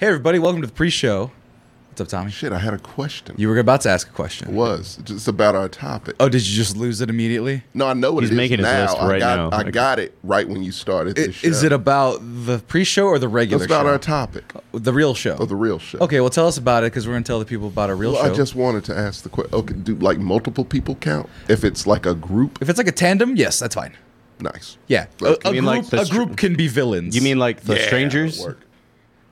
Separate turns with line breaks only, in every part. Hey, everybody, welcome to the pre show. What's up, Tommy?
Shit, I had a question.
You were about to ask a question.
was just about our topic.
Oh, did you just lose it immediately?
no, I know what
He's
it is
making his
now.
list
I
right
got,
now.
I
Like-
got it right when you started.
I-
this
Is
show.
it about the pre show or the regular
It's about
show?
our topic
the real show.
of the real show.
okay, well, tell us about it because we're going to tell the people about our real
Well,
show.
I just wanted to ask the question. Okay, do like multiple people count? If it's like a group,
If it's like a tandem, yes, that's fine.
nice.
Yeah. A-
Like,
a,
you
mean
group,
like the
a
str-
group can be villains.
You mean like the
Yeah,
strangers?
that'll work.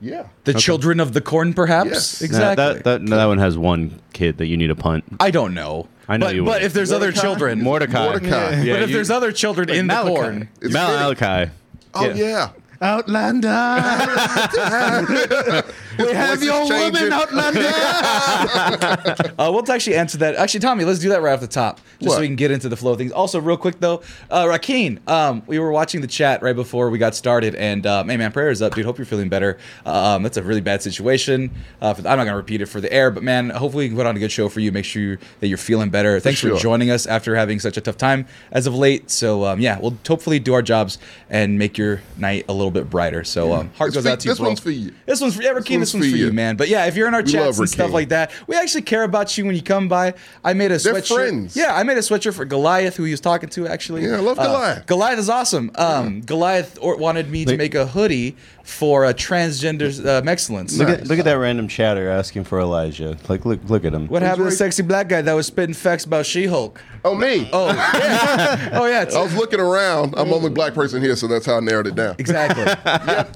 Yeah.
the children of the corn, perhaps?
Yes.
No,
Exactly.
that, that, no, that one has one kid that you need to punt.
I don't know.
I know
but,
you
But
wouldn't.
if there's other
Mordecai?
children.
Mordecai.
Mordecai.
Yeah,
but if
you-
there's other children in the
Malachi.
corn.
It's
Malachi.
Oh yeah.
Outlander,
We
have your woman, Outlander.
Uh, we'll actually answer that. Actually, Tommy, let's do that right off the top, just so
What?
we can get into the flow of things. Also, real quick though, uh, Rakeen, um, we were watching the chat right before we got started, and um, hey man, prayer is up, dude. Hope you're feeling better. Um, that's a really bad situation. Uh, for I'm not gonna repeat it for the air, but man, hopefully we can put on a good show for you. Make sure that you're feeling better. Thanks for
sure.
joining us after having such a tough time as of late. So um, yeah, we'll hopefully do our jobs and make your night a little bit brighter. So um, heart
This
goes
fi-
out to you.
this
bro.
one's for you.
This one's for yeah, Rakeen. This one's, for you, man. But yeah, if you're in our
We
chats
love
and stuff
Rakeen.
like that. We actually care about you when you come by. I made a
They're
sweatshirt.
friends.
Yeah, I made a sweatshirt for Goliath, who he was talking to actually.
Yeah, I love
Uh,
Goliath.
Goliath is awesome. Um, Goliath or, wanted me to make a hoodie for a transgender um, excellence.
Look, at, look at that random chatter asking for Elijah. Like, look, look at him.
What happened to the
right-
sexy black guy that was spitting facts about She-Hulk?
Oh me.
Oh, yeah. oh yeah, it's-
I was looking around. I'm only black person here, so that's how I narrowed it down.
exactly.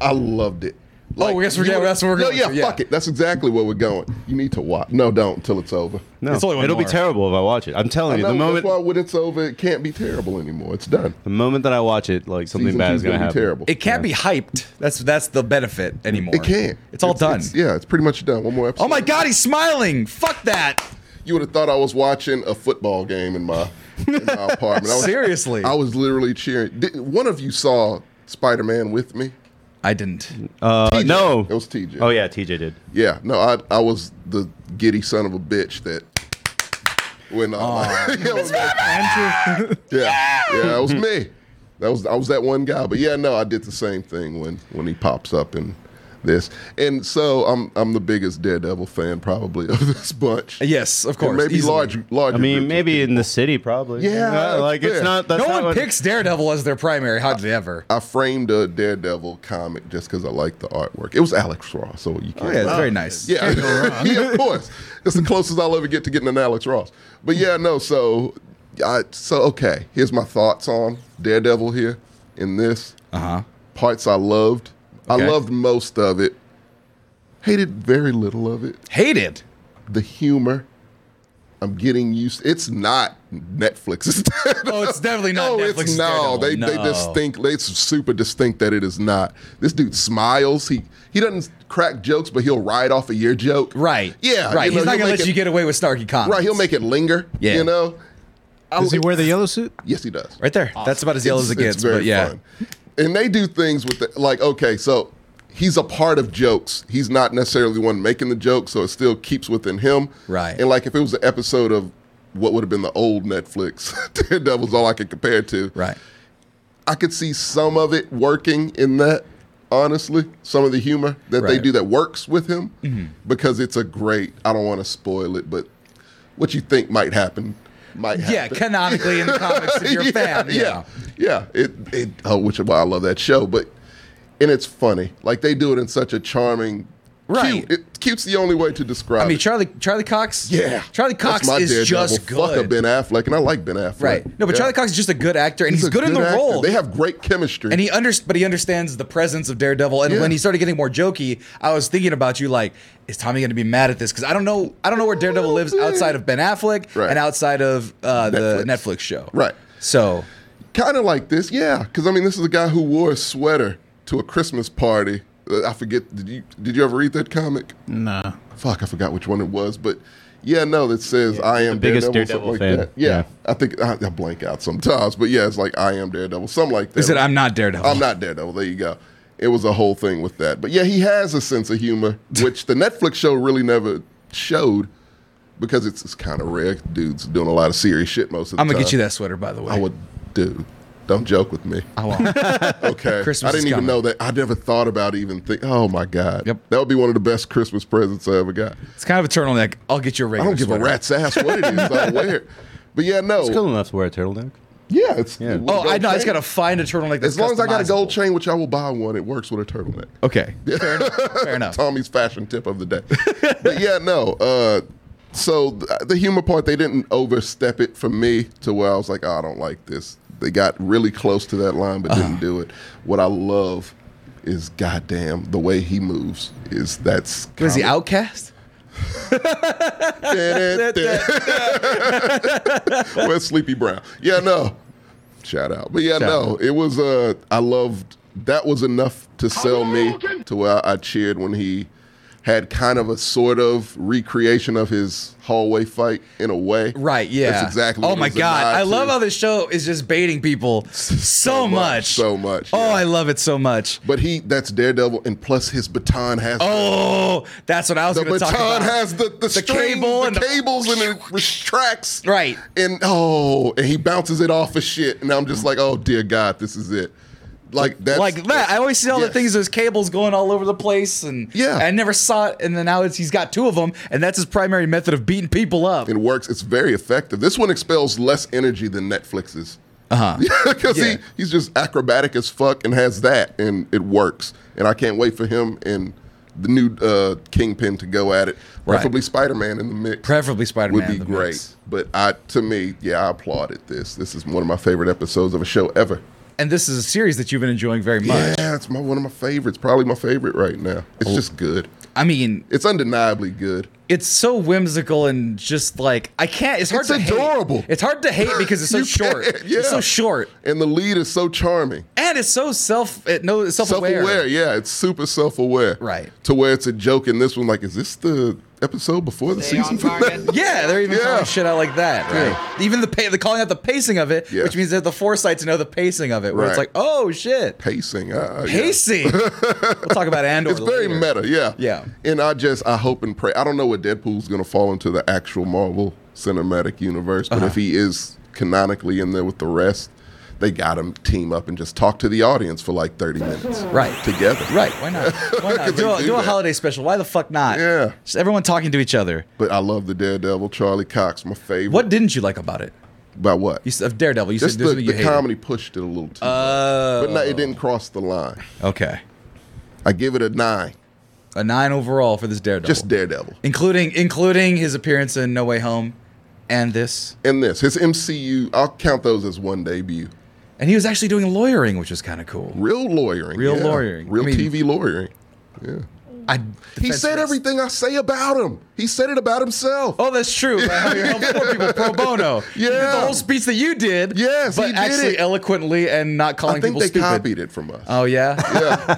I loved it.
Oh, I guess we're-
you
yeah,
would-
that's where we're going
No, yeah,
to, yeah.
fuck it. That's exactly where we're going. You need to watch. No, don't until it's over.
No,
It's only one
it'll be
more.
terrible if I watch it. I'm telling you,
No,
the moment
that's why when it's over, it can't be terrible anymore. It's done.
the moment that I watch it, like something
Season
bad is
two's
gonna
be
happen.
terrible.
It can't be hyped. That's that's the benefit anymore.
It can't.
It's all done.
it's- yeah, it's pretty much done. One more episode.
Oh my God, he's smiling. Fuck that.
You would have thought I was watching a football game in my, in my apartment. I was,
Seriously.
I was literally cheering. Did, one of you saw Spider Man with me.
I didn't.
Uh, no.
It was TJ.
Oh yeah, TJ did.
Yeah, no, I I was the giddy son of a bitch that when uh, you know, yeah, yeah, that was me. That was I was that one guy. But yeah, no, I did the same thing when when he pops up in this. And so I'm I'm the biggest Daredevil fan probably of this bunch.
Yes, of course.
maybe
easily.
large larger.
I mean,
groups.
maybe in the city, probably. Uh,
Yeah, that's
like it's
fair.
not. That's
No
not
one
what-
picks Daredevil as their primary. How did they ever?
I framed a Daredevil comic just because I like the artwork. It was Alex Ross, so you can't.
Oh, yeah, it's very nice.
Yeah, yeah, of course. It's the closest I'll ever get to getting an Alex Ross. But yeah, no. So, I so okay. Here's my thoughts on Daredevil here in this
Uh huh.
parts I loved.
Okay.
I loved most of it. Hated very little of it.
Hated.
The humor. I'm getting used. It's not Netflix. It's
Oh, it's definitely not
no,
Netflix.
it's no. They they distinct. It's super distinct that it is not. This dude smiles. He he doesn't crack jokes, but he'll ride off a your joke.
Right.
Yeah.
Right.
you
He's not
know, he'll
gonna
make
let
it-
you get away with Snarky comments.
Right. He'll make it linger.
Yeah.
You know.
Does he wear the yellow suit?
Yes, he does.
right there. That's about as yellow as it gets. But yeah.
And they do things with the, like, okay, so he's a part of jokes. He's not necessarily the one making the joke, so it still keeps within him.
Right.
And like, if it was an episode of what would have been the old Netflix, Daredevil's all I could compare it to.
Right.
I could see some of it working in that. Honestly, some of the humor that they
Right. Mm-hmm.
do that works with him because it's a great. I don't want to spoil it, but what you think might happen might happen.
Yeah. Canonically in the comics, if you're a fan.
Yeah, yeah, yeah. It, it, oh, which is why I love that show. But and it's funny, like they do it in such a charming,
Right.
Cute. It, cute's the only way to describe.
I mean,
it.
Charlie Charlie Cox.
yeah,
Charlie
That's
Cox
my
is
Daredevil.
just
Fuck a
good.
Ben Affleck, and I like Ben Affleck.
right. No, but
Yeah.
Charlie Cox is just a good actor, and he's,
a
good, in the
actor.
role.
They have great chemistry.
And he under, but he understands the presence of Daredevil. And
Yeah.
when he started getting more jokey, I was thinking about you, like, is Tommy going to be mad at this? Because I don't know, I don't know where Daredevil lives outside of Ben Affleck
Right.
and outside of uh, the
Netflix.
Netflix show.
Right.
So
kind of like this, yeah. Because I mean, this is a guy who wore a sweater to a Christmas party. Uh, I forget. Did you did you ever read that comic?
No.
Fuck, I forgot which one it was, but yeah, no, that says I am
biggest
Daredevil,
Daredevil
something
fan.
like that. Yeah,
Yeah.
I think I, I blank out sometimes, but yeah, it's like I am Daredevil, something like that.
is it? I'm not Daredevil.
I'm not Daredevil. There you go. It was a whole thing with that, but yeah, he has a sense of humor, which the Netflix show really never showed because it's, it's kind of rare. Dudes doing a lot of serious shit most of the
I'm
time.
gonna get you that sweater, by the way.
I would, dude. Don't joke with me.
I won't.
Okay.
Christmas
I didn't
is
even
coming.
know that. I never thought about even think. Oh my god.
Yep.
That would be one of the best Christmas presents I ever got.
It's kind of a turtleneck. I'll get you a
I
regular.
don't give a
sweater.
rat's ass what it is I wear. it. But yeah, no.
It's cool enough to wear a turtleneck.
Yeah, it's
Yeah.
it would
Oh,
go
I know. I just
chain.
gotta find a turtleneck. That's
As long as I got a gold
customizable.
chain, which I will buy one, it works with a turtleneck.
Okay. Fair enough. Fair enough.
Tommy's fashion tip of the day. but yeah, no. Uh, so th- the humor part, they didn't overstep it for me to where I was like, oh, I don't like this. They got really close to that line, but didn't do it. What I love is, goddamn, the way he moves is that's.
What is he outcast?
Where's Sleepy Brown? Yeah, no. Shout out. But yeah,
Shout
no. It was uh I loved that was enough to sell me to where I cheered when he had kind of a sort of recreation of his hallway fight in a way.
Right. Yeah.
That's exactly
Oh
what it
my
was a
god!
nod
I
to.
love how this show is just baiting people so, much.
So much.
Oh,
yeah.
I love it so much.
But he that's Daredevil and plus his baton has
Oh, that's what I was
the
going to talk about.
baton has the, the, string,
cable
the
and the-
cables and it retracts.
Right.
And oh, and he bounces it off of shit. And I'm just like, oh dear God, this is it. Like that's
like that. I always see all
yes.
the things, those cables going all over the place, and
Yeah.
I never saw it. And then now it's, he's got two of them, and that's his primary method of beating people up.
It works. It's very effective. This one expels less energy than Netflix's.
Uh-huh.
Uh huh. Because
Yeah.
he, he's just acrobatic as fuck and has that, and it works. And I can't wait for him and the new uh, Kingpin to go at it.
Right.
Preferably Spider Man in the mix.
Preferably Spider-Man
would be
in the
great.
mix.
But I, to me, yeah, I applauded this. This is one of my favorite episodes of a show ever.
And this is a series that you've been enjoying very much.
Yeah, it's my one of my favorites. Probably my favorite right now.
Oh.
It's just good.
I mean,
It's undeniably good.
it's so whimsical and just like I can't. It's hard
It's
to
adorable.
Hate. It's hard to hate because it's so
You
short.
can't, yeah.
It's so short,
And the lead is so charming.
and it's so self. It, no, self
self-aware.
aware.
yeah it's super self-aware
Right.
to where it's a joke in this one like is this the episode before the season finale
Yeah, they're even
Yeah.
calling shit out like that. Right. Even the pa- the calling out the pacing of it,
Yeah.
which means they have the foresight to know the pacing of it. Where it's
Right.
like, oh shit,
pacing uh, yeah.
pacing. we'll talk about Andor.
it's very
later.
meta yeah
Yeah.
and i just i hope and pray i don't know what deadpool's gonna fall into the actual marvel cinematic universe but
Uh-huh.
if he is canonically in there with the rest they got him team up and just talk to the audience for like 30 minutes
Right.
together
Right. Why not? Why not?
'Cause
do, a,
they do
do a
that.
holiday special. Why the fuck not?
Yeah.
Just everyone talking to each other.
but i love the daredevil charlie cox my favorite
What didn't you like about it?
by what
You s- of Daredevil. You
just
said
the,
this is what you
the
hated.
comedy pushed it a little too much.
Uh,
but no it didn't cross the line
okay.
I give it a nine.
A nine overall for this Daredevil.
Just Daredevil.
including including his appearance in No Way Home, and this.
And this, his MCU, I'll count those as one debut.
And he was actually doing lawyering, which is kind of cool.
Real lawyering.
Real
yeah.
lawyering.
Real
I mean-
TV lawyering. Yeah.
I
He
defense
said
this.
everything I say about him. He said it about himself.
Oh, that's true. About how you help poor people pro bono. You did the
Yeah.
whole speech that you did.
Yes,
but
he did
actually
it.
eloquently and not calling
I think
people
they
stupid.
copied it from us.
Oh yeah,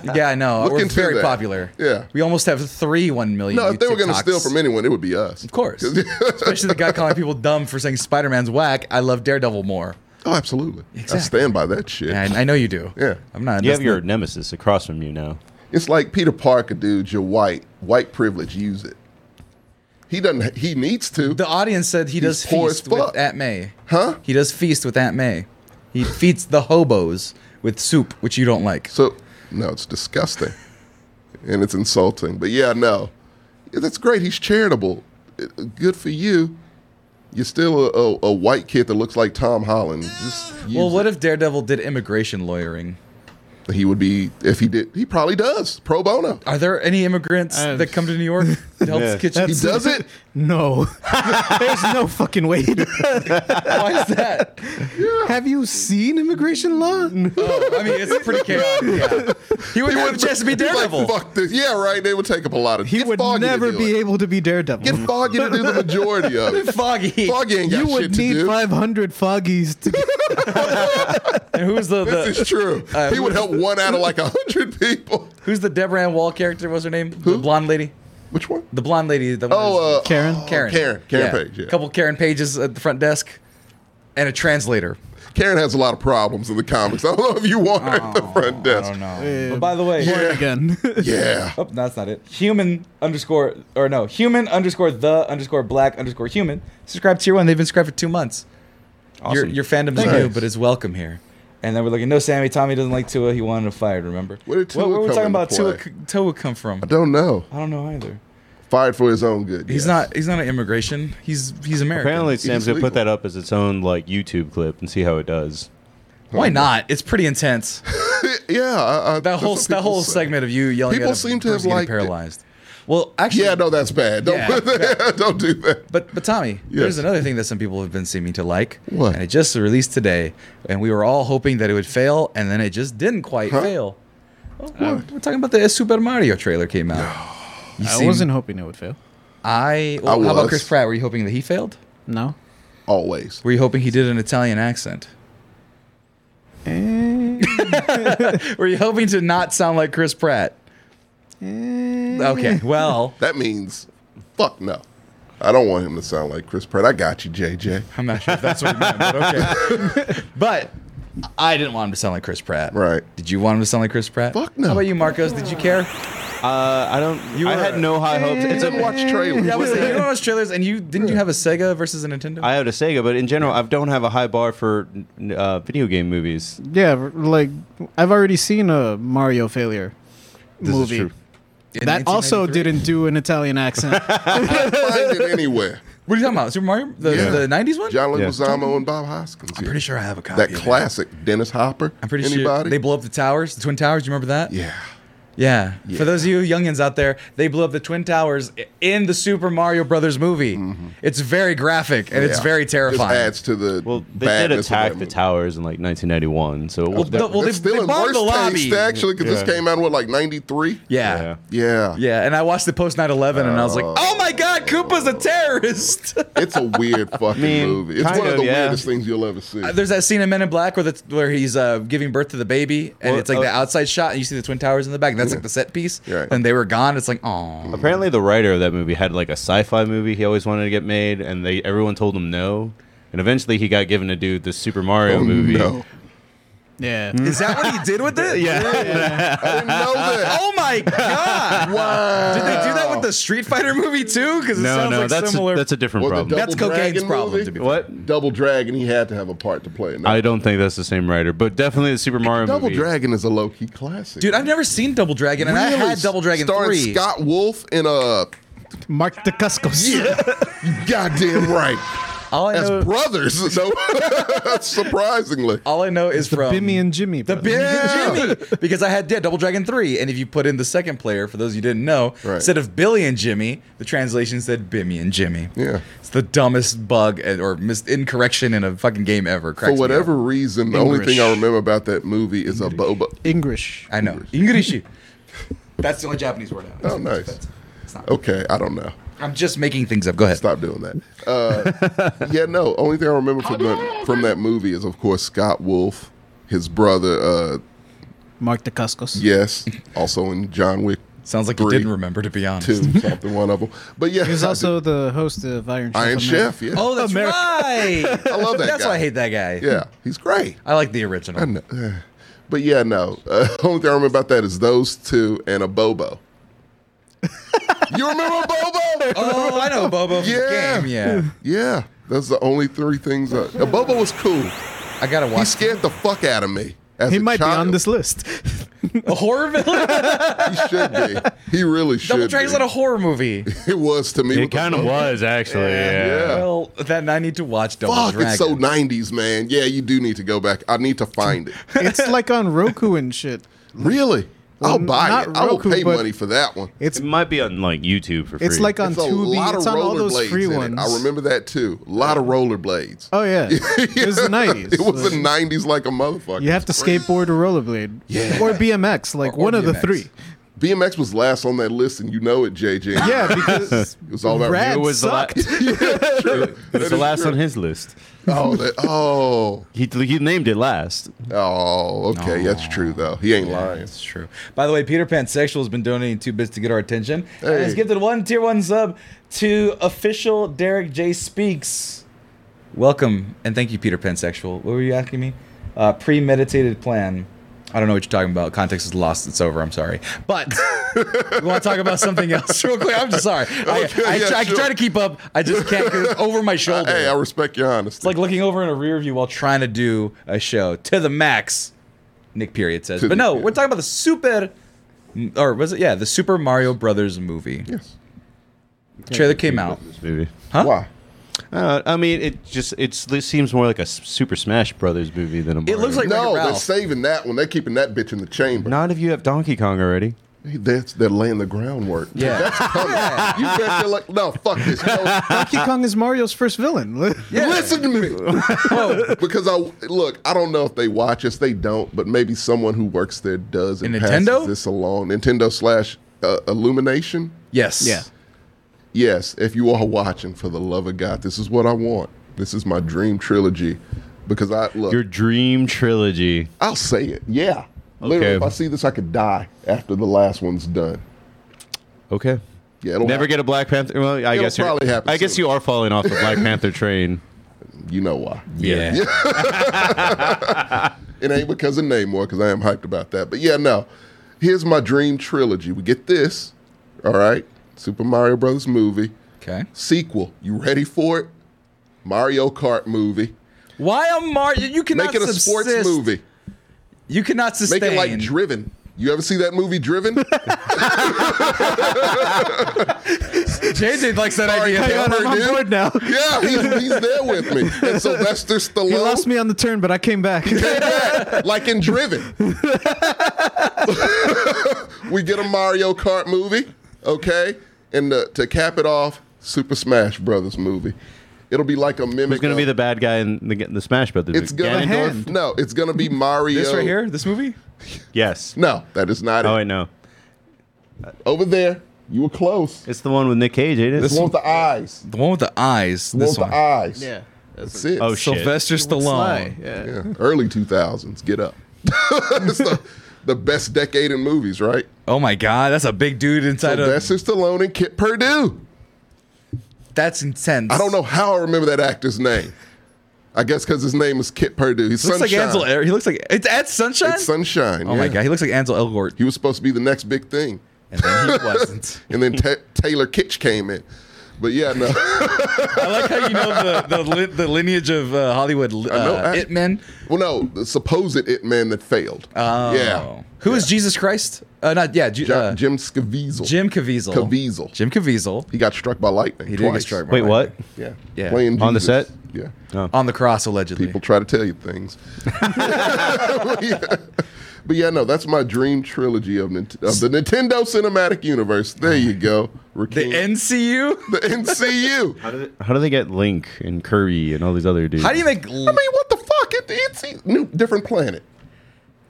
yeah, yeah. I know.
Look
We're
into
very
that.
popular.
Yeah.
we almost have three one million.
no, if they were going to
TikToks.
steal from anyone, it would be us.
of course, especially the guy calling people dumb for saying Spider Man's whack. I love Daredevil more.
Oh, absolutely.
Exactly.
I stand by that shit.
And I know you do.
Yeah.
I'm not.
You
that's
have your
not-
nemesis across from you now.
It's like Peter Parker, dude. You're white. White privilege. Use it. He doesn't. He needs to.
The audience said he does
poor as
feast with
fuck.
Aunt May.
Huh?
He does feast with Aunt May. He feeds the hobos with soup, which you don't like.
So no, it's disgusting, and it's insulting. But yeah, no, Yeah, that's great. He's charitable. It- Good for you. You're still a, a, a white kid that looks like Tom Holland. Just use
Well, what if Daredevil did immigration lawyering?
it. he would be if he did. He probably does pro bono.
Are there any immigrants
Uh,
that come to New York to help
Yeah.
kitchen?
He does it.
No, there's no fucking
Why
way.
is that?
Have you seen immigration law?
Oh, I mean, it's pretty chaotic. Yeah. He would have a chance to be
He'd like,
Daredevil.
Fuck this. Yeah, right. They would take up a lot of.
He
Get
would
Foggy to
never
do
be
it.
able to be Daredevil.
Get Foggy to do the majority of it.
Foggy.
Foggy ain't got
you
shit
would
to
need
do.
500 foggies to
And who's the,
This is
the
true.
Uh,
he would help one out of like a hundred people.
who's the Deborah Ann Wall character? What's her name? The blonde lady.
Which one?
The blonde lady. The one
Oh, uh,
who's-
Karen?
Karen.
Karen. Karen Page, yeah.
couple Karen pages at the front desk, and a translator.
Karen has a lot of problems in the comics. I don't know if you want her at the
Oh,
front desk.
But by the way,
Warren again.
Yeah.
Oh, that's not it. Human underscore or no human underscore the underscore black underscore human. Subscribe to tier one. They've been subscribed for two months. Your
Awesome.
your fandom's
Thank
new,
you.
but it's welcome here. And then we're looking, no, Sammy, Tommy doesn't like Tua. He wanted him fired, remember?
Where did Tua
what were we
come
talking
into
about Tua,
play?
Tua come from?
I don't know.
I don't know either.
Fired for his own good.
He's
yes.
not. He's not an immigration. He's he's American.
Apparently, Sam's gonna
legal.
put that up as its own like YouTube clip and see how it does.
why not? It's pretty intense.
Yeah, I, I,
That
that's
whole
what
that
people
whole
say.
segment of you yelling
People
at a
seem to have
person getting
liked it.
paralyzed. Well, actually,
Yeah, no, that's bad. Don't,
Yeah,
don't do that.
But but Tommy, there's
Yes.
another thing that some people have been seeming to like,
What?
and it just released today, and we were all hoping that it would fail, and then it just didn't quite
Huh?
fail. Oh, we're, we're talking about the Super Mario trailer came out. You
I
seem-
wasn't hoping it would fail.
I, well, how about
was.
Chris Pratt? Were you hoping that he failed?
No.
Always.
Were you hoping he did an Italian accent?
Eh,
Were you hoping to not sound like Chris Pratt?
eh.
Okay, well,
That means fuck no. I don't want him to sound like Chris Pratt. I got you, JJ.
I'm not sure if that's what he meant, but okay. but I didn't want him to sound like Chris Pratt.
Right.
Did you want him to sound like Chris Pratt?
Fuck no.
How about you, Marcos? Did you care?
Uh, I don't. You I
were-
had no high hopes.
I
It's
didn't
a,
watch trailers.
Yeah, I was saying, you don't watch trailers, and you didn't you have a Sega versus a Nintendo?
I had a Sega, but in general, I don't have a high bar for n- uh, video game movies.
Yeah, r- like I've already seen a Mario failure
This
movie.
is true.
In
That also
1993?
didn't do an Italian accent.
Find it anywhere.
What are you talking about? Super Mario, the,
Yeah.
the '90s one?
John
Yeah.
Leguizamo and Bob Hoskins.
I'm pretty sure I have a copy.
that
of it.
classic Dennis Hopper.
I'm pretty sure
Anybody?
they blow up the towers, the twin towers. You remember that?
yeah.
Yeah. For those of you youngins out there, they blew up the twin towers i- in the Super Mario Brothers movie. It's very graphic and it's
Mm-hmm. Yeah.
very terrifying.
Just adds to the
Well, they did
badness of
attack
that
the
movie.
towers in like 1991, so it
Oh,
well,
was
the- well, they,
That's still
they
in
bombed
worse
the lobby.
taste actually because
Yeah.
this came out in what like '93.
yeah. yeah.
Yeah.
Yeah.
and I watched the post 9/11, and I was like, "Oh my God, Koopa's a terrorist!"
It's a weird fucking
mean,
movie. It's
kind
one of,
of,
the
yeah.
weirdest things you'll ever see.
There's that scene in Men in Black where the, where he's uh, giving birth to the baby, and
Well,
it's like the
uh,
outside shot, and you see the twin towers in the back. And that's like the set piece,
Right.
and they were gone. It's like, oh,
Apparently, the writer of that movie had like a sci-fi movie he always wanted to get made, and they everyone told him no. And eventually, he got given to do the Super Mario
Oh,
movie.
No.
yeah.
is that what he did with it? yeah.
I didn't know that.
Oh my god!
wow.
Did they do that with the Street Fighter movie too? Because it
No,
sounds
no,
like
that's
similar.
a, that's a different
Well, the
problem.
That's cocaine's
Dragon
problem.
movie?
To be
what?
Double Dragon? He had to have a part to play in that.
I don't think that's the same writer, but definitely the Super Mario
Double
movie.
Dragon is a low key classic,
dude, I've never seen Double Dragon, and I
Really?
had Double Dragon
starring
three.
Scott Wolf in uh, a
Mark DeCuscos. Yeah.
goddamn right.
all I
as
know,
brothers. So surprisingly,
all I know is from
Bimmy and Jimmy.
the
bro.
Bimmy
Yeah.
and Jimmy because I had yeah, Double Dragon three, and if you put in the second player, for those you didn't know,
Right.
instead of Billy and Jimmy, the translation said Bimmy and Jimmy.
Yeah.
it's the dumbest bug and- or mis- incorrection in a fucking game ever. Cracks
for
me up.
whatever reason, the only thing I
English.
remember about that movie is a boba.
English.
I know English. That's the only Japanese word. I know.
Oh, nice.
It's not-
Okay, I don't know.
I'm just making things up. Go ahead.
Stop doing that. Uh, yeah, no. Only thing I remember from that, from that movie is, of course, Scott Wolf, his brother. Uh,
Mark DeCuscos.
yes, also in John Wick
Sounds like you
Three.
didn't remember, to be honest.
Two, something one of them. But yeah,
He was also the host of Iron Chef.
Iron
America.
Chef. Yeah,
Oh, that's
America.
right.
I love that
That's why I
guy.
hate that guy.
yeah, he's great.
I like the original.
I know. But yeah, no. Uh, only thing I remember about that is those two and a Bobo. you remember Bobo?
Oh, I know Bobo from
Yeah.
the game. Yeah,
Yeah, that's the only three things. I, uh, Bobo was cool.
I gotta
He
watch
scared the fuck out of me. As
He
a
might be
child.
on this list.
a horror villain.
He should be. He really should.
Double Dragon's
be.
not a horror movie.
It was to me.
It
with the
kind of
Bobo.
was actually. Yeah.
Yeah.
Well, then I need to watch Double
Fuck,
Dragon.
it's so '90s, man. Yeah, you do need to go back. I need to find it.
It's like on Roku and shit.
Really? I'll buy
not
it. I will
Roku,
pay
but-
money for that one.
It's
It might be on like YouTube for free.
it's like on
It's a lot
Tubi.
of
It's on all those
rollerblades
free
in it.
ones.
I remember that too. A lot of rollerblades.
Oh yeah, it was the nineties.
It was the nineties like a motherfucker.
uh, You have to skateboard or rollerblade,
Yeah.
or BMX, like
Or- or
one of the
BMX.
three.
BMX was last on that list, and you know it, JJ.
Yeah, because
it was all about
Rad
It was the la-
sucked.
it was the last on his list.
Oh, that, oh,
He he named it last.
oh. Okay, that's true though. He ain't lying.
It's true. By the way, Peter Pansexual has been donating two bits to get our attention. And
Hey.
has gifted one tier one sub to official Derek J Speaks. Welcome and thank you, Peter Pansexual. What were you asking me? Uh, premeditated plan. I don't know what you're talking about. Context is lost. It's over. I'm sorry. But we want to talk about something else real quick. I'm just sorry. I,
Okay,
I,
yeah,
try, I
sure.
try to keep up. I just can't get over my shoulder.
Hey, I respect your honesty.
It's like looking over in a rear view while trying to do a show to the max. Nick Period says,
To
but
the-
no, we're talking about the Super, or was it? Yeah, the Super Mario Brothers movie.
yes.
Trailer came out.
This movie.
Huh?
Why?
Uh, I mean, it just it's, it seems more like a S- Super Smash Brothers movie than a. Mario.
looks like- Wreck-It
No, they're
Ralph.
saving that one. They're keeping that bitch in the chamber.
not if you have Donkey Kong already.
Hey, That's they're laying the groundwork.
Yeah.
that's coming. You bet. They're like, no, fuck this. No,
Donkey Kong is Mario's first villain.
Listen to me.
Oh,
because I look, I don't know if they watch us. They don't, but maybe someone who works there does. And
In
passes
Nintendo?
this along. Nintendo slash uh, Illumination.
yes.
Yeah.
Yes, if you are watching, for the love of God, this is what I want. This is my dream trilogy. Because I look,
Your dream trilogy.
I'll say it. Yeah, literally,
Okay.
if I see this, I could die after the last one's done.
Okay.
Yeah, it'll
Never
happen.
get a Black Panther. Well, I
It'll
guess you're,
probably happen
I guess
soon.
you are falling off the Black Panther train.
You know why?
Yeah.
It ain't because of Namor, because I am hyped about that. But yeah, no. Here's my dream trilogy. We get this, all right? Super Mario Brothers movie.
Okay.
Sequel. You ready for it? Mario Kart movie.
Why a Mario? You cannot
Make it a sports
subsist-
movie.
You cannot sustain.
Make it like Driven. You ever see that movie Driven?
JJ likes that
Sorry,
idea.
Kyle.
though.
God, I'm on
dude.
board now.
yeah, he's, he's there with me. And Sylvester Stallone.
He lost me on the turn, but I came back.
came back, like in Driven. we get a Mario Kart movie, okay? And uh, to cap it off, Super Smash Brothers movie. It'll be like a mimic.
Who's gonna
of-
be the bad guy in the, the Smash Brothers?
It's gonna
Ganondorf?
no. It's gonna be Mario.
This right here, this movie.
Yes.
No, that is not
Oh,
it.
I know.
Over there, you were close.
It's the one with Nick Cage, ain't it?
This one with the eyes.
The one with the eyes.
This
This
one with
one.
the eyes.
yeah.
That's it.
Oh, shit.
Sylvester
Sly,
Stallone.
Yeah.
Yeah, early two thousands. Get up. it's the, the best decade in movies, right?
Oh my God, that's a big dude inside of.
Sylvester Stallone and Kit Purdue.
That's intense.
I don't know how I remember that actor's name. I guess because his name is Kit Purdue. He's
Looks like
Sunshine.
Ansel. Er- He looks like it's at Sunshine.
It's Sunshine.
Oh my
yeah.
god, he looks like Ansel Elgort,
He was supposed to be the next big thing,
and then he wasn't.
and then Ta Taylor Kitsch came in. But yeah, no,
I like how you know the the, li- the lineage of uh, Hollywood uh,
know, I-
it men.
well, no, the supposed it man that failed.
Oh,
yeah,
Who is Jesus Christ? Uh, not yeah, Ju-
Jo-
uh, Jim
Jim Caviezel.
Caviezel.
Caviezel.
Jim Caviezel.
He got struck by lightning.
He
twice.
did get struck. by
Wait, what?
lightning.
Yeah,
Yeah.
Playing
On the
Jesus.
set?
Yeah,
On the cross, allegedly.
people try to tell you things. But yeah, no, that's my dream trilogy of, Nint- of the Nintendo Cinematic Universe. There you go,
The
Rakeem.
NCU.
the NCU. I mean,
How do they get Link and Curry and all these other dudes?
How do you make? I mean,
what the fuck? It, it's a new, different planet.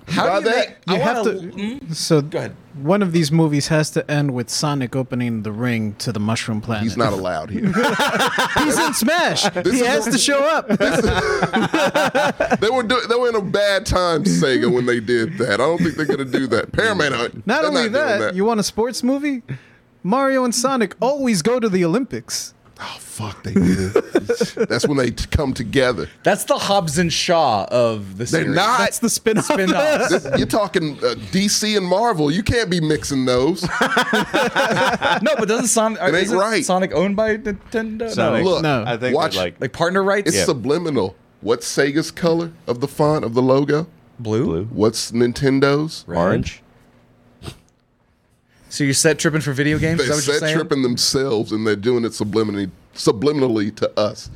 how do
by
you
that,
make?
You
I
have
wanna-
to.
hmm?
mm,
So
ahead.
one of these movies has to end with Sonic opening the ring to the Mushroom Planet.
He's not allowed here.
He's in Smash. he
is
has
a-
to show up.
they were do- they were in a bad time, Sega, when they did that. I don't think they're gonna do that. Paramount.
Not
they're
only
doing
that, you want a sports movie? Mario and Sonic always go to the Olympics.
oh fuck, they did. that's when they t- come together.
That's the Hobbs and Shaw of the
They're
series.
not.
That's the spin-off.
Spin-offs.
This- You're talking uh, DC and Marvel. You can't be mixing those.
no, but doesn't Sonic?
ain't
isn't
right.
Sonic owned by Nintendo?
Sonic.
Look,
No.
I think
watch-
that, like
Like partner rights.
It's subliminal. What's Sega's color of the font of the logo?
blue.
blue,
What's Nintendo's?
Red.
orange.
So you're set tripping for video games?
They
Is that what you're
set
saying?
tripping themselves and they're doing it subliminally, subliminally to us.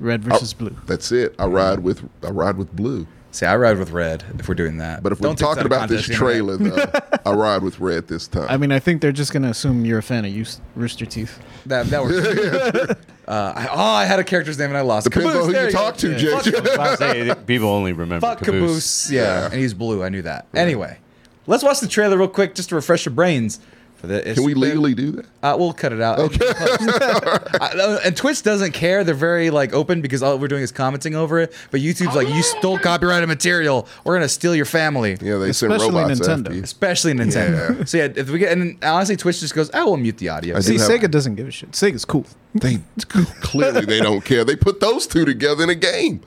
Red
Oh.
versus blue.
That's it. I ride with I ride with blue.
See, I ride with red if we're doing that.
But if we're
Don't take
talking
that out of
about this
context, internet.
trailer, though, I ride with red this time.
I mean, I think they're just gonna assume you're a fan of Eus- Rooster Teeth.
That that works. uh, I, oh, I had a character's name and I lost. it.
Depends
Caboose,
on who
there
you
go.
talk to,
Yeah.
Jake.
Fuck Caboose.
I was saying, people only remember
Fuck Caboose. Yeah.
Yeah.
and he's blue. I knew that. Anyway, let's watch the trailer real quick just to refresh your brains. For the, it's
Can we
been-
legally do that?
Uh, we'll cut it out. Okay. and Twitch doesn't care. They're very like open because all we're doing is commenting over it. But YouTube's like, you stole copyrighted material. We're gonna steal your family.
Yeah, they
Especially
send robots
Nintendo.
after you.
Especially Nintendo. So yeah, if we get and honestly, Twitch just goes, "I will mute the audio."
I
See,
do have-
Sega doesn't give a shit. Sega's cool.
They clearly they don't care. They put those two together in a game.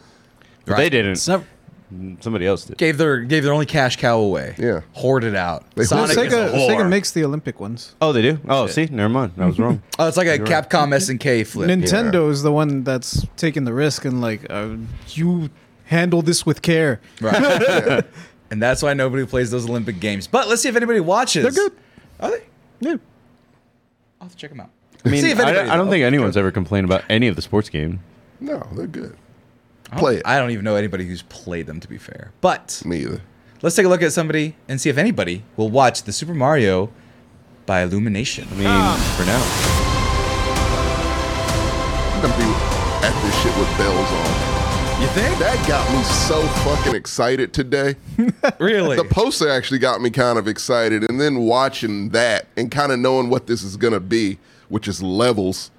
They didn't.
It's not-
Somebody else did.
Gave their gave their only cash cow away.
Yeah.
hoarded out.
They
Sonic is
hoarded
a
Sega, Sega
whore.
makes the Olympic ones.
Oh, they do. Oh, see, never mind. I was wrong.
Oh, it's like a Capcom SNK flip.
Nintendo is the one that's taking the risk and like uh, you handle this with care.
Right. and that's why nobody plays those Olympic games. But let's see if anybody watches.
They're good.
Are they?
Yeah.
I'll have to check them out.
I mean,
see if
I,
anybody.
don't- I don't think anyone's ever complained about any of the sports game.
No, they're good. Play it.
Oh, I don't even know anybody who's played them, to be fair. But
Me either.
let's take a look at somebody and see if anybody will watch the Super Mario by Illumination.
I mean, for now.
I'm gonna be at this shit with bells on.
You think?
That got me so fucking excited today.
Really?
The poster actually got me kind of excited, and then watching that and kind of knowing what this is gonna be, which is levels.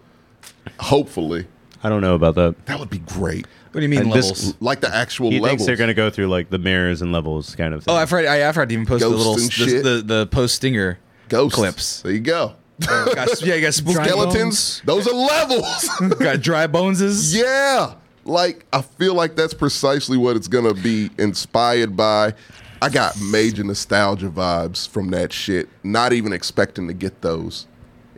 Hopefully,
I don't know about that.
that would be great.
what do you mean
And this-
levels?
Like the actual
He
levels.
thinks they're gonna go through like the mirrors and levels kind of. Thing.
oh, I've heard. I, I've heard to even post the
Ghosts
little
and
the,
shit.
the, the post stinger
Ghosts.
clips.
There you go.
Got- yeah, you got spooky
Dry bones.
Skeletons. Those are levels.
Got dry boneses.
Yeah. Like I feel like that's precisely what it's gonna be inspired by. I got major nostalgia vibes from that shit. Not even expecting to get those.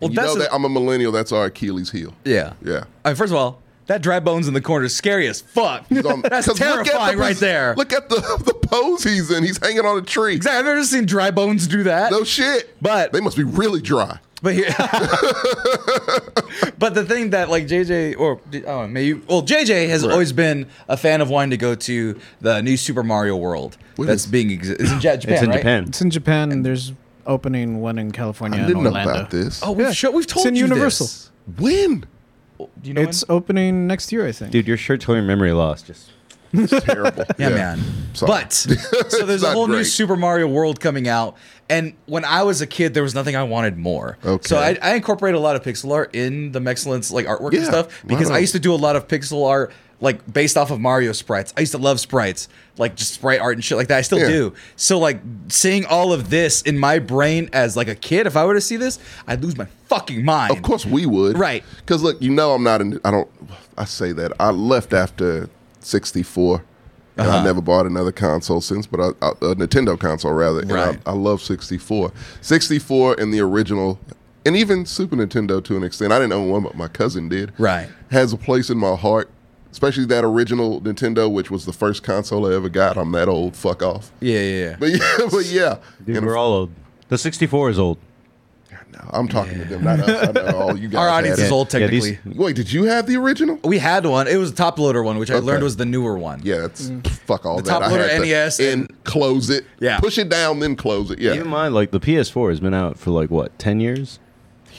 Well,
you
that's
know
a-
that I'm a millennial. That's our Achilles heel.
Yeah.
Yeah.
I mean, first of all, that dry bones in the corner is scary as fuck.
Um,
That's
'cause look at the
terrifying right
pos-
there.
Look at the the pose he's in. He's hanging on a tree.
exactly. I've never seen dry bones do that.
No shit.
But-
they must be really dry.
But here, but the thing that like JJ or oh, maybe well JJ has
Right.
always been a fan of wanting to go to the new Super Mario World
Where
that's
is-
being exi- it's in Ja- Japan.
it's in
right?
Japan.
It's in Japan and there's opening one in California
I
and
didn't know
Orlando.
about this.
Oh, we've,
Yeah.
sho- we've
It's
told
in
you
Universal.
this.
when?
Do you know
It's
when?
opening next year, I think.
Dude, your shirt's totally memory loss. Just
It's terrible.
Yeah, man.
Sorry.
But so there's
It's
a
not
whole new
great.
Super Mario World coming out, and when I was a kid, there was nothing I wanted more.
Okay.
So I, I incorporate a lot of pixel art in the Mexcellence like artwork and
Yeah.
stuff because
Wow.
I used to do a lot of pixel art like based off of Mario sprites. I used to love sprites, like just sprite art and shit like that. I still
Yeah.
do. So like seeing all of this in my brain as like a kid, if I were to see this, I'd lose my fucking mind.
Of course we would.
Right.
Because look, you know I'm not in. I don't. I say that I left after '64. And
Uh-huh.
I never bought another console since, but I, I, a Nintendo console rather. And
Right.
I, I love 64. 64 and the original, and even Super Nintendo to an extent. I didn't own one, but my cousin did.
Right.
Has a place in my heart, especially that original Nintendo, which was the first console I ever got. I'm that old. Fuck off.
Yeah, yeah, yeah.
But yeah, but yeah.
dude,
And
we're all old. The 64 is old.
I'm talking to them, not us. I know all you guys.
Our audience
had
is
it.
old
Yeah,
technically.
these-
Wait, did you have the original?
we had one. It was a top loader one, which I
Okay.
learned was the newer one.
Yeah, it's fuck all
Mm. The
that.
top loader
to
NES
and close it.
Yeah.
push it down, then close it. Yeah,
Even mine, like the PS4 has been out for like what, 10 years?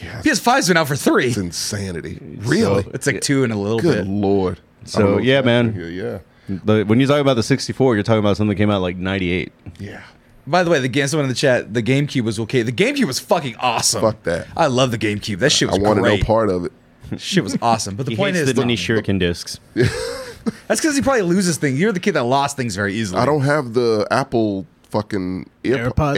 yeah it's
PS5's been out for three.
insanity. Really?
It's like two and a little
Good
bit.
lord. I
So,
don't know what's
yeah,
happening
man.
here,
The, when you talk about the 64, you're talking about something that came out like 98.
Yeah, yeah.
By the way, the game, someone in the chat, the GameCube was okay. The GameCube was fucking awesome.
Fuck that.
I love the GameCube. That shit
I
was
wanted
great.
no part of it.
Shit was awesome. But the
he
point
hates
is,
the mini shuriken discs.
that's because he probably loses things. You're the kid that lost things very easily.
I don't have the Apple fucking Airpo-
AirPods?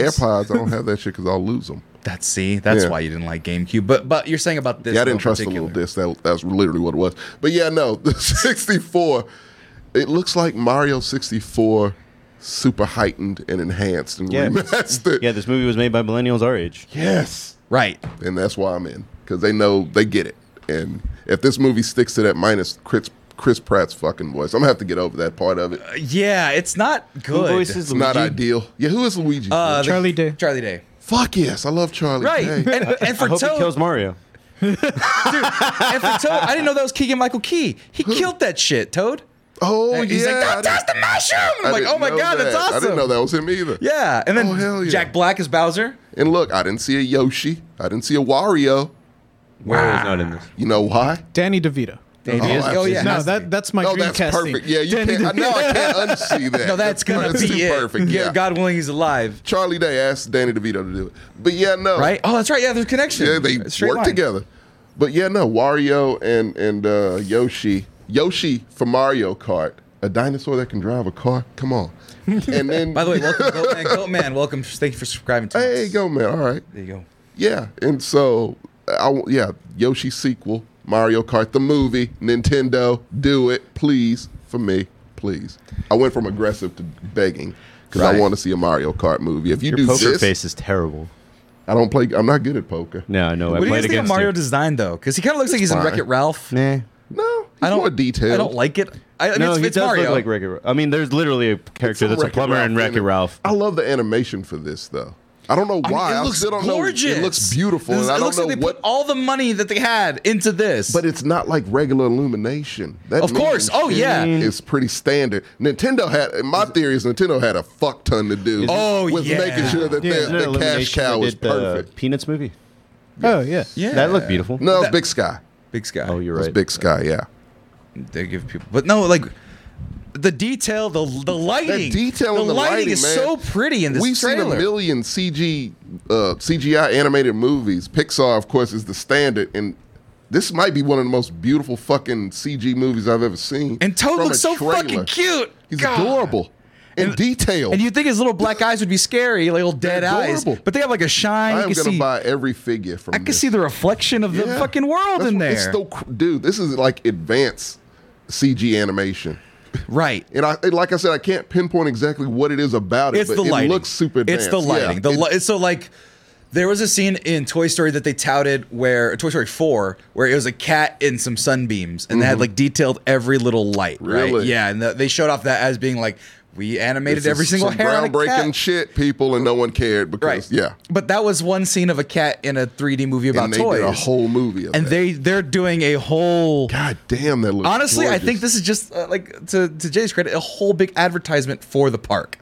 AirPods. I don't have that shit because I'll lose them.
That's see. That's
Yeah.
why you didn't like GameCube. But but you're saying about this.
Yeah, I
one
didn't trust
particular.
the little disc. That that's literally what it was. But yeah, no, the 64. It looks like Mario 64, super heightened and enhanced and
Yeah.
remastered.
Yeah, this movie was made by millennials our age.
Yes.
Right.
and that's why I'm in because they know they get it. And if this movie sticks to that minus Chris Chris Pratt's fucking voice, I'm gonna have to get over that part of it. It's
Yeah, it's not good.
voices Luigi?
not ideal. Yeah, who is Luigi?
Uh, the-
Charlie Day.
Charlie Day.
Fuck yes, I love Charlie.
Right.
Day.
And, and
I
for
hope he
Toad,
kills Mario.
and for Toad, I didn't know that was Keegan Michael Key. He killed that shit, Toad.
oh
And he's
yeah,
like,
I
don't
didn't-
touch the mushroom.
I
I'm like,
didn't
oh my
know
god, that's
that.
awesome.
I didn't know that was him either.
Yeah, and then
Oh, hell yeah.
Jack Black is Bowser.
And look, I didn't see a Yoshi. I didn't see a Wario.
Mario's not in this.
You know why?
Danny DeVito.
Danny is-
Oh,
oh, yeah,
absolutely.
No,
has to be.
that that's my
oh,
dream
that's
casting.
perfect. Yeah, you can't. I know I can't unsee that.
no, that's gonna
that's
be
too
it.
perfect. Yeah.
God willing, he's alive.
Charlie Day asked Danny DeVito to do it, but yeah, no,
Right? Oh, that's right. Yeah, there's connection.
Yeah, they
Straight
work
line.
together. But yeah, no, Wario and and uh, Yoshi, Yoshi for Mario Kart, a dinosaur that can drive a car. Come on. And then,
By the way, welcome, Goatman. Goatman, welcome. Thank you for subscribing to
hey,
us.
go man. All right,
There you go.
yeah. And so, I w- yeah, Yoshi sequel, Mario Kart the movie, Nintendo, do it, please for me, please. I went from aggressive to begging because I
Right.
want to see a Mario Kart movie. If you
Your
do
poker
this,
face is terrible.
I don't play. I'm not good at poker.
No, I know. I
What do you
played
guys think of
against
Mario
you.
design though? Because he kind of looks like he's in
fine.
Wreck It Ralph.
nah.
No, he's
I don't
more detailed.
I don't like it. I, I mean,
no,
it's,
he
it's
does
Mario.
look like Wreck-It Ralph. I mean, there's literally a character
Some
that's a
Wreck-It
plumber in
Ralph
Wreck-It
it. Oh,
Ralph.
I love the animation for this though. I don't know
I mean,
why. I,
it looks
still don't
gorgeous.
know. It looks beautiful,
It,
and I don't
looks
know
like they
what.
put all the money that they had into this.
but it's not like regular illumination. That
Of course.
mean
Oh, yeah.
shit is pretty standard. Nintendo had. My theory is Nintendo had a fuck ton to do.
Oh,
with
yeah.
making sure that
Yeah,
their,
isn't there
their cash
Illumination
cow
that
is
did uh, the
perfect.
Peanuts movie.
Oh yeah.
yeah,
That looked beautiful.
No, it's
That-
Big Sky.
Big Sky.
Oh, you're
It's
right.
Big Sky. Yeah.
They give people, but no, like the detail, the the lighting,
That detail
the
in the lighting,
is
man.
so pretty in this
We've
trailer.
seen a million CG, uh, CGI animated movies. Pixar, of course, is the standard, and this might be one of the most beautiful fucking CG movies I've ever seen.
and Toad
From
looks
a
so
trailer.
fucking cute.
He's
God.
adorable in detail.
And you think his little black eyes would be scary, like little dead
They're
eyes,
adorable.
but they have like a shine.
I am
you
gonna
can see,
buy every figure from.
I can see the reflection of the fucking world in there.
It's so, cr- dude, this is like advanced CG animation.
right.
And I, and like I said, I can't pinpoint exactly what it is about it,
It's
but
the
it
lighting.
looks super advanced.
It's the lighting.
Yeah,
the
it-
li- so like there was a scene in Toy Story that they touted where Toy Story 4 where it was a cat in some sunbeams and they had like detailed every little light, right?
Mm-hmm. Really?
Yeah, and the, they showed off that as being like we animated
This
every
is
single
some
hair on a
groundbreaking
cat.
shit, people, and no one cared because
right.
yeah,
But that was one scene of a cat in a 3D movie about
and they
toys.
did a whole movie. Of
and
that.
they they're doing a whole
God damn, that looks.
Honestly, I
gorgeous.
think this is just uh, like to to Jay's credit, a whole big advertisement for the park.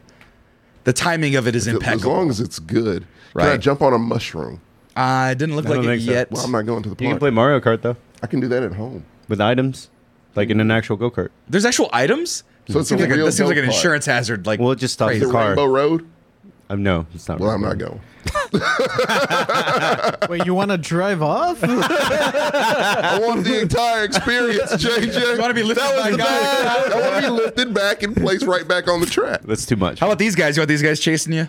The timing of it is
as
impeccable.
long as it's good. Can I
Right.
jump on a mushroom?
I didn't look
I
like
don't
Uh, it
think so.
yet.
Well, I'm not going to the
You
park.
can play Mario Kart though
I can do that at home.
with items, like in an actual go kart.
There's actual items.
So it's
seems
a
like
real
this seems like an
go-kart.
insurance hazard. Like,
Well, it just stops
Crazy.
the
The
It's
car.
Rainbow Road?
Um, no, it's not.
Well, I'm
Rainbow
not
Road.
going.
Wait, you want to drive off?
I want the entire experience, JJ.
You wanna be lifted
that was
by
the
guys?
best. I want to be lifted back and placed right back on the track.
That's too much.
how about these guys? You want these guys chasing you?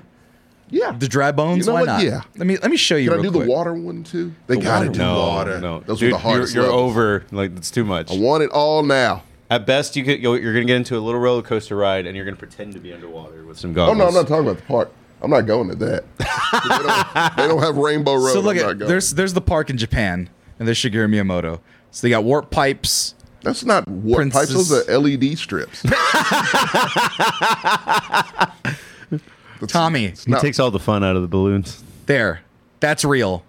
Yeah.
The dry bones?
You know
Why
what?
not?
Yeah.
Let me let me show you.
Can I
real
do
quick.
the water one too? They
The
gotta do
water? no,
water.
No,
Those
Dude,
are the hardest.
You're, you're
levels.
over. Like that's too much.
I want it all now.
At best, you could you're you're gonna get into a little roller coaster ride and you're gonna pretend to be underwater with some
Oh
goggles.
no, I'm not talking about the park. I'm not going to that. they, don't, they don't have Rainbow Road.
So look
I'm
at
not going.
there's there's the park in Japan, and there's Shigeru Miyamoto. So they got warp pipes.
That's not warp pipes.
Princess-
Those are LED strips. That's
Tommy,
He
not-
takes all the fun out of the balloons.
there. That's real.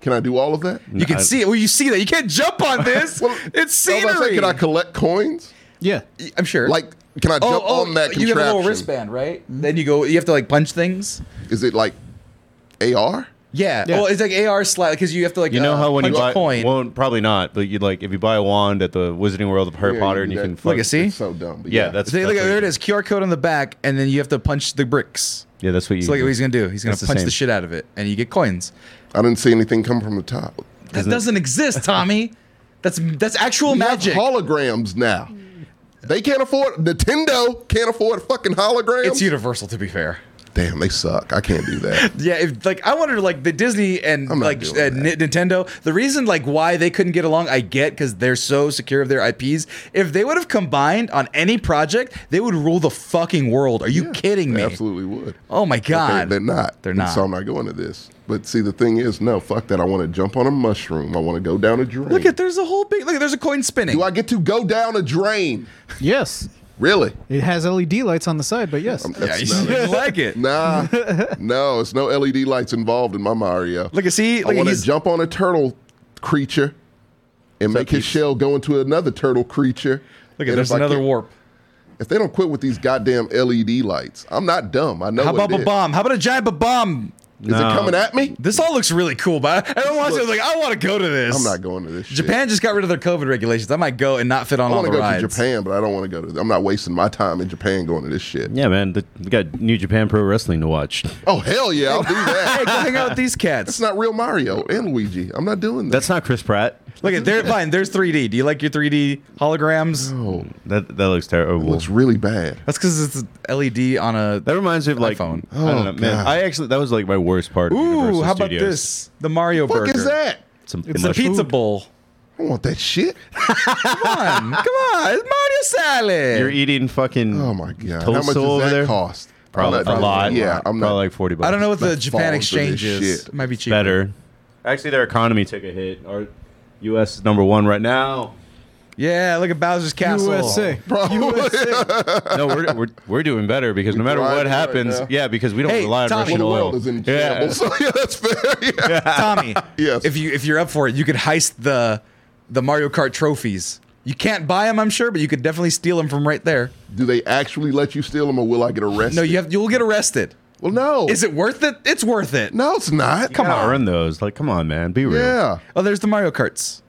can I do all of that?
You can
I-
see it. Well, you see that. You can't jump on this.
Well,
it's
I was
scenery.
about to say, can I collect coins?
yeah.
I'm sure.
Like, can I
oh,
jump
oh,
on that
you have a little
contraption?
wristband, right? Then you go. You have to like punch things.
Is it like AR?
Yeah.
Yeah.
Well, it's like AR slide because you have to like
You know
uh,
how when you
punch a
buy
coin.
well, probably not, but you'd like if you buy a wand at the Wizarding World of Harry
Yeah,
Potter
you
and
do
you
that.
can
Look,
fuck-
I see.
It's so dumb. But
Yeah, that's
So, look,
what
there
you
it
do.
is. QR code on the back, and then you have to punch the bricks.
Yeah, that's what you.
So look
do.
what he's gonna do. He's gonna
That's the
punch the,
same.
shit out of it, and you get coins.
I didn't see anything come from the top.
That doesn't exist, Tommy. That's that's actual
We have
magic.
holograms now. They can't afford. Nintendo can't afford fucking holograms.
it's universal, to be fair.
Damn, they suck. I can't do that.
Yeah, if, like I wonder, like the Disney and
I'm not
like
doing
uh, Ni- Nintendo. The reason like why they couldn't get along, I get, because they're so secure of their IPs. If they would have combined on any project, they would rule the fucking world. Are you
Yeah,
kidding
they
me?
Absolutely would.
Oh my
But
god.
They, are not.
They're
And
not.
So I'm not going to this. But see, the thing is, no, fuck that. I want to jump on a mushroom. I want to go down a drain.
Look at there's a whole big look. There's a coin spinning.
Do I get to go down a drain?
Yes.
Really?
It has LED lights on the side, but yes.
yeah,
That's
you
not it.
didn't like it.
Nah, no, it's no LED lights involved in my Mario.
Look at see.
I
Look at
want to
he's,
jump on a turtle creature and make his shell go into another turtle creature.
look at
And if
there's
I
another
can't-
warp.
If they don't quit with these goddamn LED lights, I'm not dumb. I know.
How
what
about
it
a
is.
bomb? How about a giant bomb?
Is it coming at me?
This all looks really cool, but everyone wants to
Look-
like I want to go to this.
I'm not going to this. shit.
Japan just got rid of their COVID regulations. I might go and not fit on
I
all
want
the
to go
rides.
to Japan, but I don't want to go to. I'm not wasting my time in Japan going to this shit.
Yeah, man. The, we got New Japan Pro Wrestling to watch.
Oh hell yeah, I'll do that.
Hey, go hang out with these
It's
cats.
not real Mario and Luigi. I'm not doing that.
That's not Chris Pratt.
Look at they're fine. There's 3D. Do you like your 3D holograms?
That that looks terrible.
It looks really bad.
That's because it's LED on a.
that reminds me of like
iPhone.
I don't know, man.
God.
I actually that was like my worst part. of
Ooh,
Universal
how about
Studios.
this? The Mario
Fuck
burger.
is that?
Some
It's
It's a
Mushroom.
pizza bowl.
don't want that shit.
Come on, come on, it's Mario salad.
You're eating fucking.
Oh my god, how
Toast
much
over
does that
there?
cost? I'm
Probably
not-
a lot.
Yeah, I'm not.
probably like forty bucks.
I don't know what the
Not
Japan
falls for this
exchange is.
shit.
It might be cheaper.
better. Actually, their economy took a hit. Our U.S. is number one right now.
Yeah, look at Bowser's Castle.
USA.
Bro,
No, we're we're, we're doing better because no matter
thriving
what
right
happens,
now.
yeah, because we don't
Hey,
rely on
Tommy.
Russian
the
Well,
oil.
world is in
yeah,
shambles. So yeah, that's fair. Yeah.
Tommy,
Yes.
if you if you're up for it, you could heist the the Mario Kart trophies. You can't buy them, I'm sure, but you could definitely steal them from right there.
Do they actually let you steal them, or will I get arrested?
No, you have you'll get arrested.
Well, no.
Is it worth it? It's worth it.
No, it's not.
come on, earn those. Like, come on, man, be real.
Yeah.
Oh, there's the Mario Karts.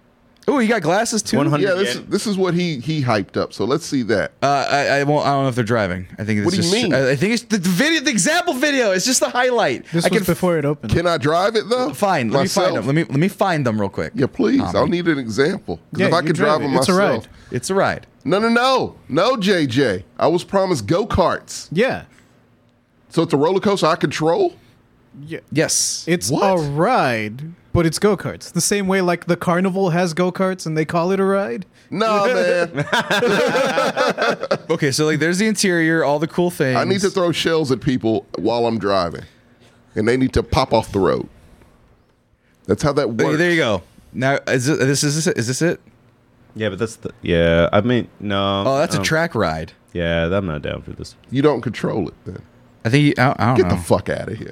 Oh, you got glasses too.
100
Yeah, this,
yen.
this is what he he hyped up. So let's see that.
Uh, I, I won't. I don't know if they're driving. I think it's
What do you
just.
mean?
I, I think it's the video, the example video. It's just the highlight.
This
I
was before it opened.
Can I drive it though?
Fine. Let
Myself?
me find them. Let me let me find them real quick.
Yeah, please.
Tommy.
I'll need an example. 'Cause
Yeah,
if I
you
could drive
drive
them
it. It's a
myself.
ride.
It's a ride.
No, no, no, no, JJ. I was promised go karts.
yeah.
So it's a roller coaster I control.
Yeah.
Yes.
It's
What?
a ride, but it's go karts. The same way, like, the carnival has go karts and they call it a ride.
No, man.
okay, so like there's the interior, all the cool things.
I need to throw shells at people while I'm driving, and they need to pop off the road. That's how that
There-
works.
There you go. Now is it, this is this it? is this it?
yeah, but that's the yeah. I mean, no.
Oh, that's a
um,
track ride.
Yeah, I'm not down for this.
You don't control it then.
I think he- I, I don't
Get
know.
the fuck out of here. Get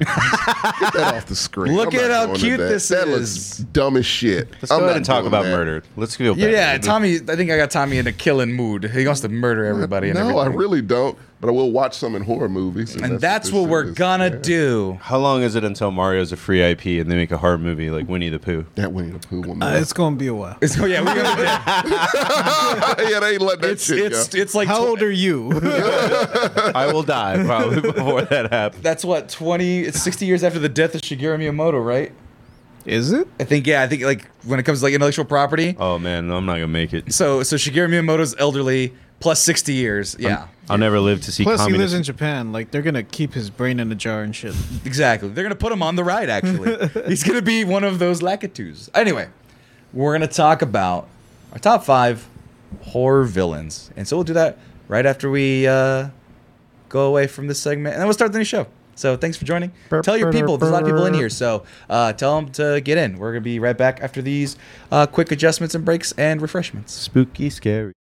that off the screen.
Look
I'm
at
not
how
going to
cute
that.
this
That
is.
looks dumb as shit.
Let's go
I'm
ahead
not
and talk
doing
about
that.
murder. Let's feel
yeah,
better.
yeah, Tommy. I think I got Tommy in a killing mood. He wants to murder everybody. And
no, I
everything.
really don't. But I will watch some in horror movies.
And that's, what
this
we're
is.
gonna
Yeah.
do.
How long is it until Mario's a free IP and they make a horror movie like Winnie the Pooh?
That Winnie the Pooh one.
Uh,
man.
it's going to be a while.
It's, oh, yeah, we're gonna do it.
yeah, they ain't letting that
it's
shit
it's
go.
it's like
How
tw-
old are you?
I will die probably before that happens.
that's what 20 it's 60 years after the death of Shigeru Miyamoto, right?
Is it?
I think yeah, I think like when it comes to like intellectual property.
Oh man, I'm not gonna make it.
So so Shigeru Miyamoto's elderly plus 60 years. Yeah.
I'll never live to see.
Plus, he lives
communist-
in Japan. Like, they're going to keep his brain in a jar and shit.
Exactly. They're gonna put him on the ride. Actually, he's gonna be one of those Lakitus. Anyway, we're gonna talk about our top five horror villains, and so we'll do that right after we uh, go away from this segment, and then we'll start the new show. So thanks for joining. Tell your people. There's a lot of people in here, so uh, tell them to get in. We're gonna be right back after these uh, quick adjustments and breaks and refreshments.
Spooky, scary.